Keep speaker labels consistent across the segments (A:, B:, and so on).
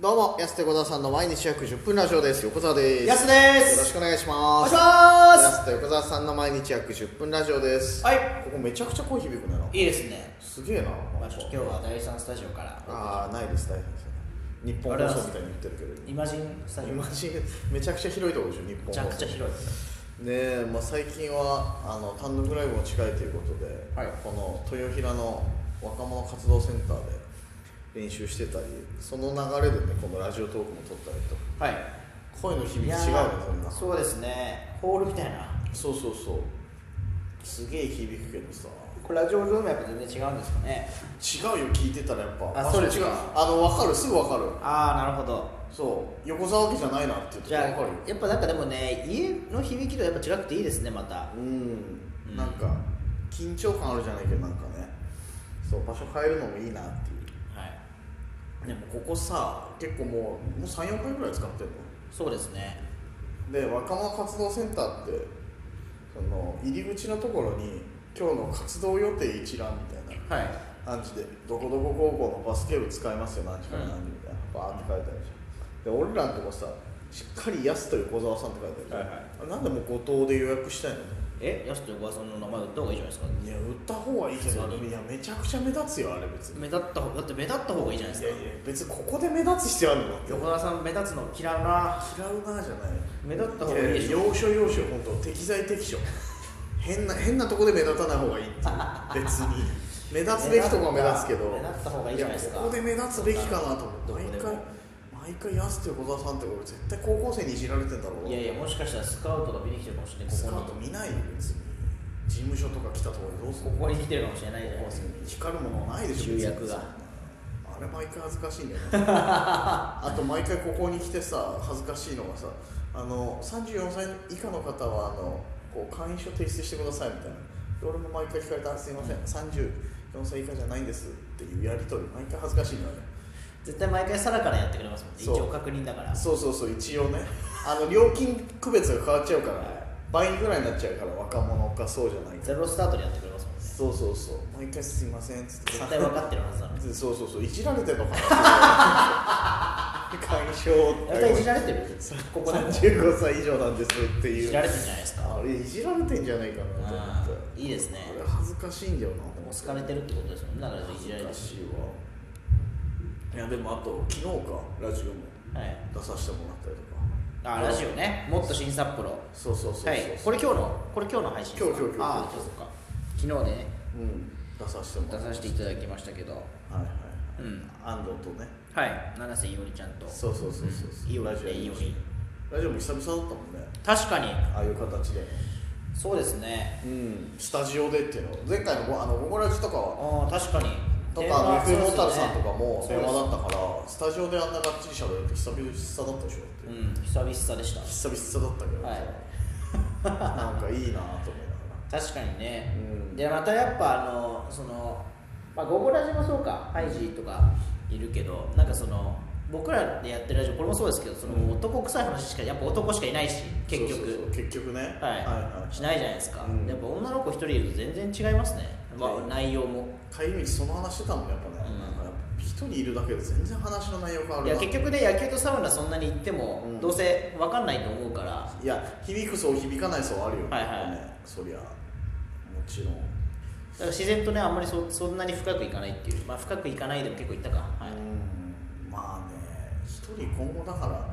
A: どうも、安手小沢さんの毎日約10分ラジオです。横澤です。
B: やすです
A: よろしくお願いし
B: お
A: ま
B: 願い
A: す。
B: しま
A: 安手横澤さんの毎日約10分ラジオです。
B: すは
A: ここめちゃくちゃ声響くねな。
B: いいいですね、
A: すげえな。
B: まあ、ちょっと今日は第3スタジオから
A: ああ、ないです、大変ですね。日本放送みたいに言ってるけど。
B: イマジンスタジオ
A: 今
B: め
A: めちゃくちゃ広いところでしょ、日本放
B: ちゃ
A: 送。
B: くちゃ広い
A: ねえ、まあ、最近はあの単独ライブも近いということで、
B: はい
A: この豊平の若者活動センターで練習してたりその流れでねこのラジオトークも撮ったりと
B: はい
A: 声の響き違うねそんなそう
B: そうですねホールみたいな
A: そうそうすげえ響くけどさ
B: これラジオルームやっぱ全然違うんですかね
A: 違うよ聞いてたらやっぱ
B: あ
A: 場所
B: そうです
A: 違う
B: か
A: あの分かるすぐ分かる
B: ああなるほど
A: そう横澤家じゃないなっていうと
B: じゃ
A: 分かるよ
B: あやっぱなんかでもね家の響きとやっぱ違くていいですねまた
A: うんなんか緊張感あるじゃないけどなんかねそう場所変えるのもいいなっていう
B: はい
A: でもここさ結構もうもう34回ぐらい使ってる
B: そうですね
A: ので若者活動センターってその入り口のところに今日の活動予定一覧みたいな
B: はい
A: 感じでどこどこ高校のバスケ部使いますよ何時から何時みたいなバーって書いてあるじゃんで俺らのとこさしっかり安と横澤さんって書いてあるじゃん、あれなんでもう後藤で予約したいの
B: えやすと横川さんの名前売った方がいいじゃないですか
A: いや売った方がいいけど
B: 普通に
A: いやめちゃくちゃ目立つよあれ別に
B: 目立った方だって目立った方がいいじゃない
A: い
B: で
A: やい
B: す
A: や
B: か
A: 別にここで目立つ必要あるのだって
B: 横川さん目立つの嫌うな
A: 嫌うなじゃない
B: 目立った方がいいでしょ
A: や要所要所本当適材適所変な変なとこで目立たない方がいいっていう別 に目立つべきとこは目立つけど
B: 目立った方がいいじゃないですか
A: やここで目立つべきかなと
B: ど
A: 思
B: こ
A: っ
B: で
A: て
B: も
A: 毎回毎回安って小沢さんって俺絶対高校生にいじられてんだろうない
B: やいやもしかしたらスカウトが見に来てるかもしれない
A: スカ
B: こ
A: ート
B: こに
A: 見ないよ別に事務所とか来たところでどうする
B: ここに来てるかもしれないじゃない
A: 高
B: で
A: 校
B: す
A: 生
B: か
A: に光るものないでしょ
B: 集約が
A: あれ毎回恥ずか しいんだよなあと毎回ここに来てさ恥ずかしいのがさあの34歳以下の方はあのこう会員証提出してくださいみたいなで俺も毎回聞かれたあすいません34歳以下じゃないんですっていうやり取り毎回恥ずかしいのよね
B: 絶対毎回皿からやってくれますもんね一
A: そう
B: 応確認だから
A: そうそうそう一 応ねあの料金区別が変わっちゃうから倍ぐらいになっちゃうから若者かそうじゃないか
B: ゼロスタートでやってくれますもんね
A: そうそうそう毎回すいませんっつって
B: 絶対分かってるはず なのに
A: そうそうそういじられてるの かな解消
B: 絶対いじられてるここでもい
A: 35歳以上なんですっていう
B: じられてるんじゃないですか
A: あれいじられてんじゃないかなと思
B: あ
A: って
B: ーいいですね
A: あれ恥ずかしいんだよな
B: もう好かれてるってことですもんねだからい
A: 恥
B: じ
A: ず
B: られて
A: か
B: る
A: しいわいやでもあと昨日かラジオも
B: はい
A: 出させてもらったりとか
B: あラジオねもっと新札幌
A: そうそうそうそう、
B: はいこれ今日のこれ今日の配信ですか
A: 今日今日今日
B: ああそうか昨日ね
A: うん出させても
B: 出
A: らった
B: させていただきましたけど
A: はいは
B: うん
A: いはい安藤とね
B: はい七瀬いおりちゃんと
A: そうそうそうそうそう
B: いおり
A: ラ
B: っ
A: ジオ
B: ていおり
A: ラジオも久々だったもんね
B: 確かに
A: ああいう形で
B: そうですね
A: うん、スタジオでっていうの前回のごあのゴゴラジとかは
B: ああ確かに
A: とか三井モータルさんとかも
B: そう
A: 電
B: です
A: 話だったからスタジオであんながっちりしゃべるって久々だったでしょだって、
B: うん久々でした
A: 久々だったけど、
B: はい
A: なんかいいなと思い
B: 確かにね、
A: うん
B: でまたやっぱあのそのまあゴゴラジもそうかハイジとかいるけどなんかその僕らでやってるラジオこれもそうですけどその、
A: うん
B: 男臭い話しかやっぱ男しかいないし 結局
A: そうそうそう結局ねはい
B: はい、
A: はい
B: しないじゃないですか、
A: うん
B: やっぱ女の子一人いると全然違いますね、まあ
A: はい
B: 内容も
A: 帰り道その話してたもんやっぱね、
B: うん
A: なんかやっぱ一人いるだけで全然話の内容変わる
B: い
A: な
B: や結局ね野球とサウナそんなに行っても、
A: うん
B: どうせ分かんないと思うから
A: いや響くそう響かないそうあるよね,、
B: はいはい
A: ねそりゃもちろん
B: だから自然とねあんまりそそんなに深くいかないっていうまあ深くいかないでも結構いったかはい、
A: うんまあね一人今後だから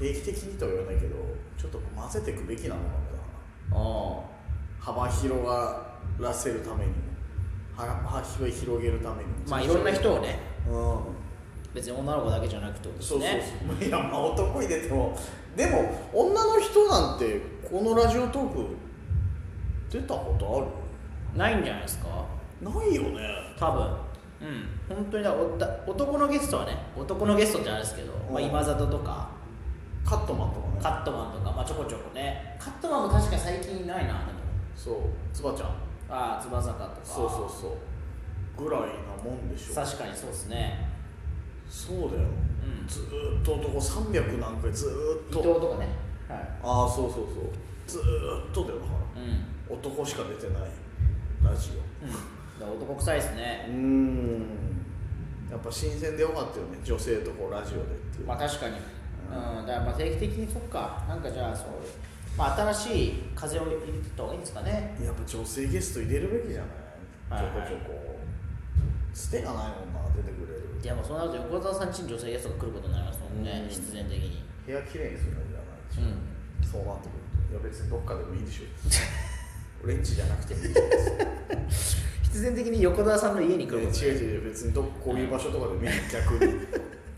A: 定期的にとは言わないけどちょっと混ぜていくべきなものだな
B: あ
A: 幅広がらせるためにも幅幅広げるためにも
B: あまあいろんな人をね
A: うん
B: 別に女の子だけじゃなくてことです
A: そうそう
B: ね
A: そう、いやまあ男に出てもでも女の人なんてこのラジオトーク出たこと
B: ないんじゃないですか
A: あるないよね
B: 多分うん本当にだおだ男のゲストはね男のゲストじゃないですけど、まあ、
A: うん
B: 今里とか
A: カットマンとかね
B: カットマンとか、まあ、ちょこちょこねカットマンも確かに最近ないなでも
A: そうつばちゃん
B: ああ翼坂とか
A: そうそうそうぐらいなもんでしょ
B: 確かにそうですね
A: そうだよ、
B: うん
A: ずーっと男300何回ずー
B: 伊
A: っ
B: 藤
A: と
B: とかねはい
A: ああそうそうそうずーっとだよだか
B: うん
A: ら男しか出てないラジ
B: うんだから男臭いです
A: オう
B: ね
A: ーんやっぱ新鮮でよかったよね女性とこうラジオでっていう、
B: まあ確かに、うん、だからまあ定期的にそっかなんかじゃあそう、まあ、新しい風を入れていった方がいいんですかね
A: やっぱ女性ゲスト入れるべきじゃない、
B: はいはい
A: ちょこちょこ捨てがないもんな出てくれる
B: いやもうそうなると横澤さんちに女性ゲストが来ることになりますもんね、
A: うん
B: 必然的に
A: 部屋きれいにするのじゃないし、
B: う
A: そうなってくるといや別にどっかでもいいで しょ俺んちじゃなくてもいい
B: 必然的に横澤さんの家に来
A: いや
B: ること
A: 違う違う別にどこういう場所とかで見に逆 に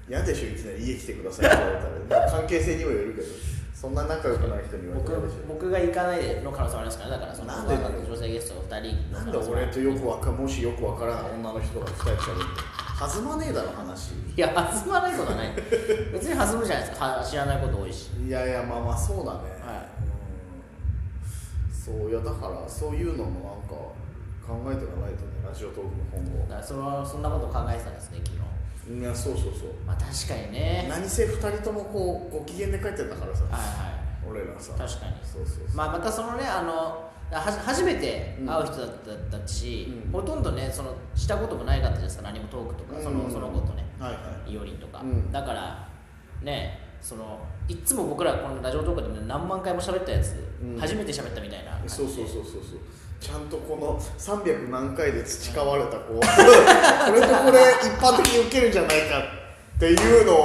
A: 嫌でしょいきなり家来てくださいって言われたらまあ関係性にもよるけどそんな仲良くない人に言われたら嫌でし
B: 僕僕が行かないでの可能性もありますからねだからその
A: なんでだよ
B: 女性ゲストが2人
A: ょなんで俺とよくわかもしよくわからない女の人が2人喋って弾まねえだろ話
B: いや弾まないことはない別に弾むじゃないですかは知らないこと多いし
A: いやいやまあまあそうだね、
B: は
A: うんそういやだからそういうのもなんか考えていかないとねラジオトークの
B: だ
A: 今
B: からそのそんなこと考えてたんですね昨日
A: 後いやそうそうそう
B: まあ確かにね
A: 何せ2人ともこうご機嫌で帰ってたからさ
B: はいはい
A: 俺らさ
B: 確かに
A: そうそうそう
B: まあ、またそのねあのは初めて会う人だったし、
A: うん
B: ほとんどねそのしたこともないかったじゃないですか何もトークとかその,、
A: うん
B: そのことね
A: はいはい
B: いおりんとか、
A: うん
B: だからねそのいっつも僕らこのラジオトークでも何万回も喋ったやつ、
A: うん
B: 初めて喋ったみたいな感じで
A: そうそうそうそうそうちゃんとこの300何回で培われた こうこれとこれ一般的に受けるんじゃないかっていうのを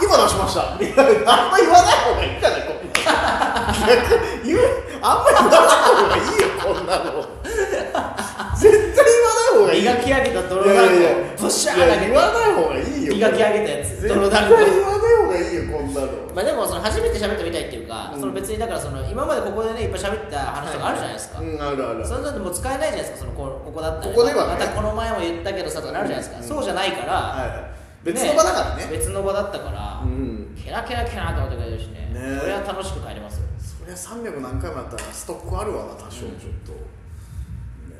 A: 今出しましたみたいなあんま言わない方がいいんじゃないこんなの逆言うあんま言わない方がいいよこんなの絶対言わない方がいい
B: 磨き上げた泥団
A: いやいやい
B: 子
A: や
B: ブシャー
A: い
B: 投
A: や
B: げ
A: 言
B: て
A: わない方がいいよ
B: 磨き上げたやつ
A: 絶対言
B: 泥
A: わ
B: 団
A: ない
B: 子
A: 方がいいよこんなの
B: まあでもその初めて喋ったみたいっていうか、
A: うん
B: その別にだからその今までここでねいっぱい喋った話とかあるじゃないですか、
A: うんあるある
B: それだってもう使えないじゃないですかそのこここだったら
A: ここではね
B: またこの前も言ったけどさとかなるじゃないですか、
A: うん
B: そうじゃないから、
A: はいはい別の場だからね
B: 別の場だったから、
A: うん
B: ケラケラケラって思ってくれるしね
A: ね
B: これは楽しく帰れますよ
A: そりゃ300何回もやったらストックあるわな多少ちょっと、ね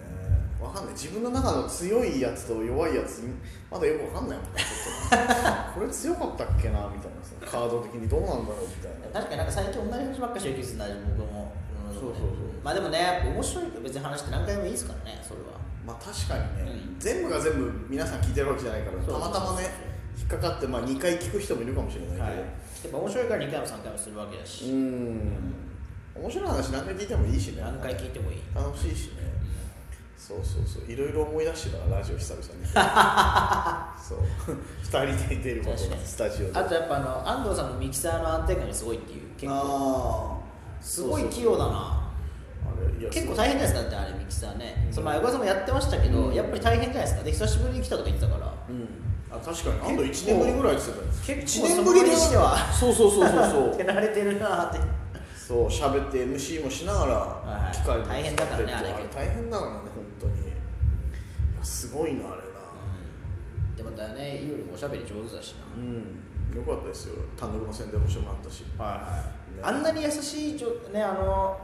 A: えわかんない自分の中の強いやつと弱いやつまだよくわかんないもんねちょっ とこれ強かったっけなみたいなさカード的にどうなんだろうみたいな
B: 確かになんか最近同じ話ばっかりしてる気がするな僕もん
A: そうそうそう
B: まあでもねやっぱ面白い別に話って何回もいいですからねそれは
A: まあ確かにね、
B: うん
A: 全部が全部皆さん聞いてるわけじゃないから
B: そうそうそう
A: たまたまね引っかかって、まあ、2回聞く人もいるかもしれないけど、
B: やっぱ面白いから2回も3回もするわけだ
A: う
B: し、
A: ん面白い話何回聞いてもいいしね
B: 何回聞いてもいい
A: 楽しいしね、そうそうそういろいろ思い出してたラジオ久々に そう2人で出ること
B: 確か
A: が
B: に
A: スタジオで
B: あとやっぱあの安藤さんのミキサーの安定感がすごいっていう結構
A: あー
B: すごい
A: そうそう
B: 器用だな
A: あれいや
B: 結構
A: そう
B: 大変じゃないですかだってあれミキサーね、
A: うん
B: そのまあ横澤さんもやってましたけど、
A: うん
B: やっぱり大変じゃないですかで久しぶりに来たとか言ってたから
A: うんあ確かに安藤1年ぶりぐらいって言ってたよ
B: 結
A: 1年ぶり
B: 構その割にしては
A: そうそうそうそうそ
B: 手
A: う
B: 慣れてるなーって
A: そう喋って MC もしなが
B: は
A: ら
B: い
A: 機械も
B: 大変だからね
A: 使ってって
B: あれ
A: 大変だからね本当にいやすごいなあれな
B: でまたねいよりもおしゃべり上手だし
A: うんよかったですよ単独の宣伝もしてもらったし
B: なはい
A: ね
B: あんなに優しい女,、ね、あの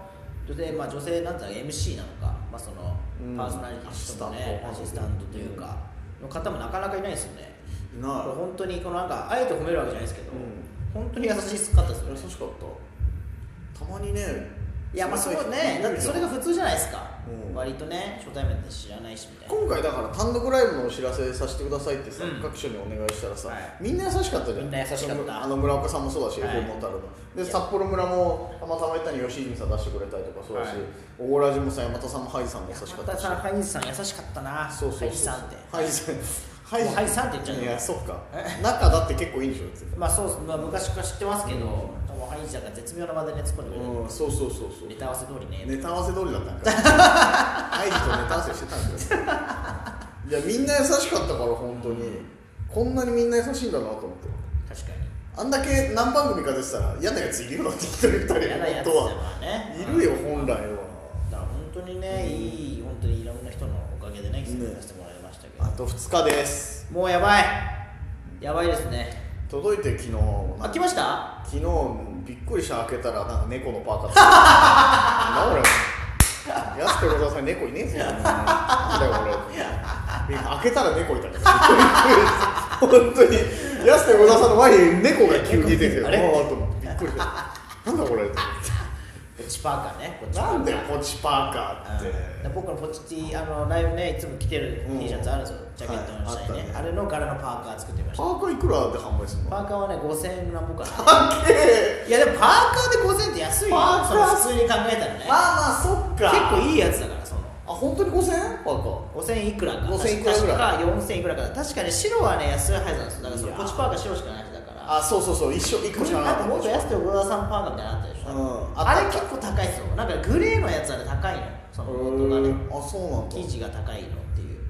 B: 女性まあ女性なんていうの MC なのか、まあ、その
A: うん
B: パーソナリティとかね
A: ア
B: ア
A: シ
B: シ
A: ス
B: ス
A: タ
B: タ
A: ン
B: ン
A: ト
B: トというか、の方もなかなかいないですよね
A: いない
B: これ本当にこのなんかあえて褒めるわけじゃないですけど、
A: うん
B: 本当に優しかったですよ
A: 優
B: ね
A: しかったたまにね
B: いやまあそうねだってそれが普通じゃないですか、
A: うん
B: 割とね初対面で知らないしみたいな
A: 今回だから単独ライブのお知らせさせてくださいってさ、
B: うん
A: 各所にお願いしたらさ、
B: はい
A: みんな優しかったじゃん
B: みんな優しかった
A: あの村岡さんもそうだし、
B: はい
A: FM モンタルので
B: いや
A: 札幌村もたまたま行ったに吉住さん出してくれたりとかそうだし、
B: はい
A: 大オラジもさ山田さんもハイさんも優しか
B: 山
A: った
B: 田
A: し
B: さんハイジさん優しかったな
A: そうそうそう
B: ハイジさんって
A: ハイさん
B: もうハイさんって言っちゃうの
A: いやそっか仲だって結構いいんでしょって言って
B: まあそうっす、まあ、昔から知ってますけど、もうハイジさんが絶妙なまでね突っ込んでくれ
A: た
B: て、
A: うんそうそうそうそう
B: ネタ合わせ通りね
A: ネタ合わせ通りだ ったんかハイジとネタ合わせしてたんだよいやみんな優しかったから本当にこんなにみんな優しいんだなと思って
B: 確か
A: あんだけ何番組か出てたら嫌なやついるよなって一人二人
B: に嫌なや
A: 本当
B: つだ
A: は
B: からね
A: いるよ本来は
B: だから本当にね、いい本当にいろんな人のおかげでね来てさせてもらいましたけど、
A: あと2日です
B: もうやばいやばいですね
A: 届いて昨日
B: あ来ました
A: 昨日びっくりした開けたらなんか猫のパーカーつけてたなんだこれやすと小沢さん猫いねえぞなんだよ俺開けたら猫いたからびっくりした本当にやすと小沢さんの前に猫が急に出てきて
B: あれ
A: もうあとびっくりしたなんだこれと思って
B: ポチパーカーねポチパーカ
A: な
B: ー
A: んでポチパーカーって、
B: うん僕のポチティあのライブねいつも着てる
A: うん
B: T シャツあるんですよ、ジャケットの下にね,、
A: はいあったね
B: あれの柄のパーカー作ってみました
A: パーカーいくらで販売するの
B: パーカーはね5000円なんぼかな
A: 高え
B: いやでもパーカーで5000円って安いよ
A: パーカー
B: その普通に考えたら
A: ま
B: ね
A: あまあそっか
B: 結構いいやつだからその
A: あ本当に 5000? パーカー
B: 5000いくらか
A: 5000いくらぐらい
B: 確か4000いくらか確かに白はね安いはずなんですよだからその
A: いや
B: ポチパーカー白しかないはずだから
A: あそうそうそう一緒一個しかな
B: なん
A: かった
B: かもっと安くて小田さんパーカーみたいなのあったでしょ、
A: うん
B: あれ結構高いっすよなんかグレーのやつはね高いのその元がね
A: あそうなんだ
B: 生地が高いのっていう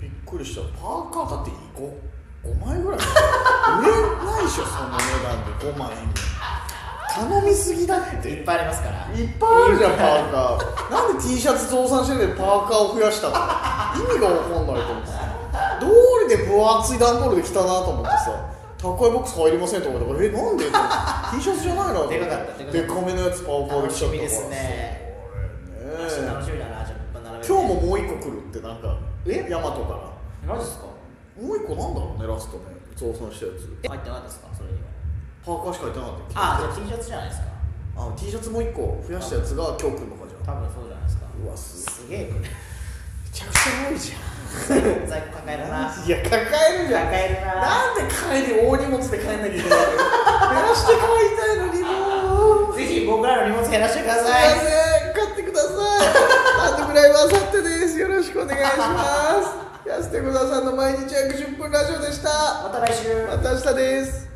A: びっくりしたパーカーだって 5, 5枚ぐらい 売れないでしょその値段で5枚も頼みすぎだって
B: い
A: い
B: っ
A: っ
B: ぱいありますから
A: ぱいあるじゃんパーカーなんで T シャツ増産してるのにパーカーを増やしたの意味が分かんないと思ってさどうりで分厚い段ボールで来たなと思ってさ高いボックス入りませんとかだからえなんでと思って T シャツじゃないなと思
B: でかかったでかかった
A: でかめのやつパーカーで来ちゃったから
B: 楽しみですね
A: そうね
B: 明日楽しみだなじゃあ並べて
A: 今日ももう一個来るってなんか
B: え
A: ヤマトから
B: マジっすか
A: もう一個なんだろうねラストね増産したやつ
B: え入ってなかったですかそれには
A: パーカーしかいてなかった
B: あじゃあ T シャツじゃないですか
A: あ T シャツもう一個増やしたやつが今日来るのかじゃあ
B: 多分そうじゃないですか
A: うわす
B: すげえこ
A: め
B: れ
A: ちゃくちゃ多いじ
B: 在庫抱える
A: ゃ
B: な
A: んいや抱えるじゃん
B: 抱えるな
A: なんで帰り大荷物で帰んなきゃいけないの減らして帰りたいのに もう
B: ぜひ僕らの荷物減らしてくだ
A: すいま
B: さい
A: せん買ってくださいハンドクライブあさってですよろしくお願いします安手小沢さんの毎日約10分ラジオでした
B: また来週
A: また明日です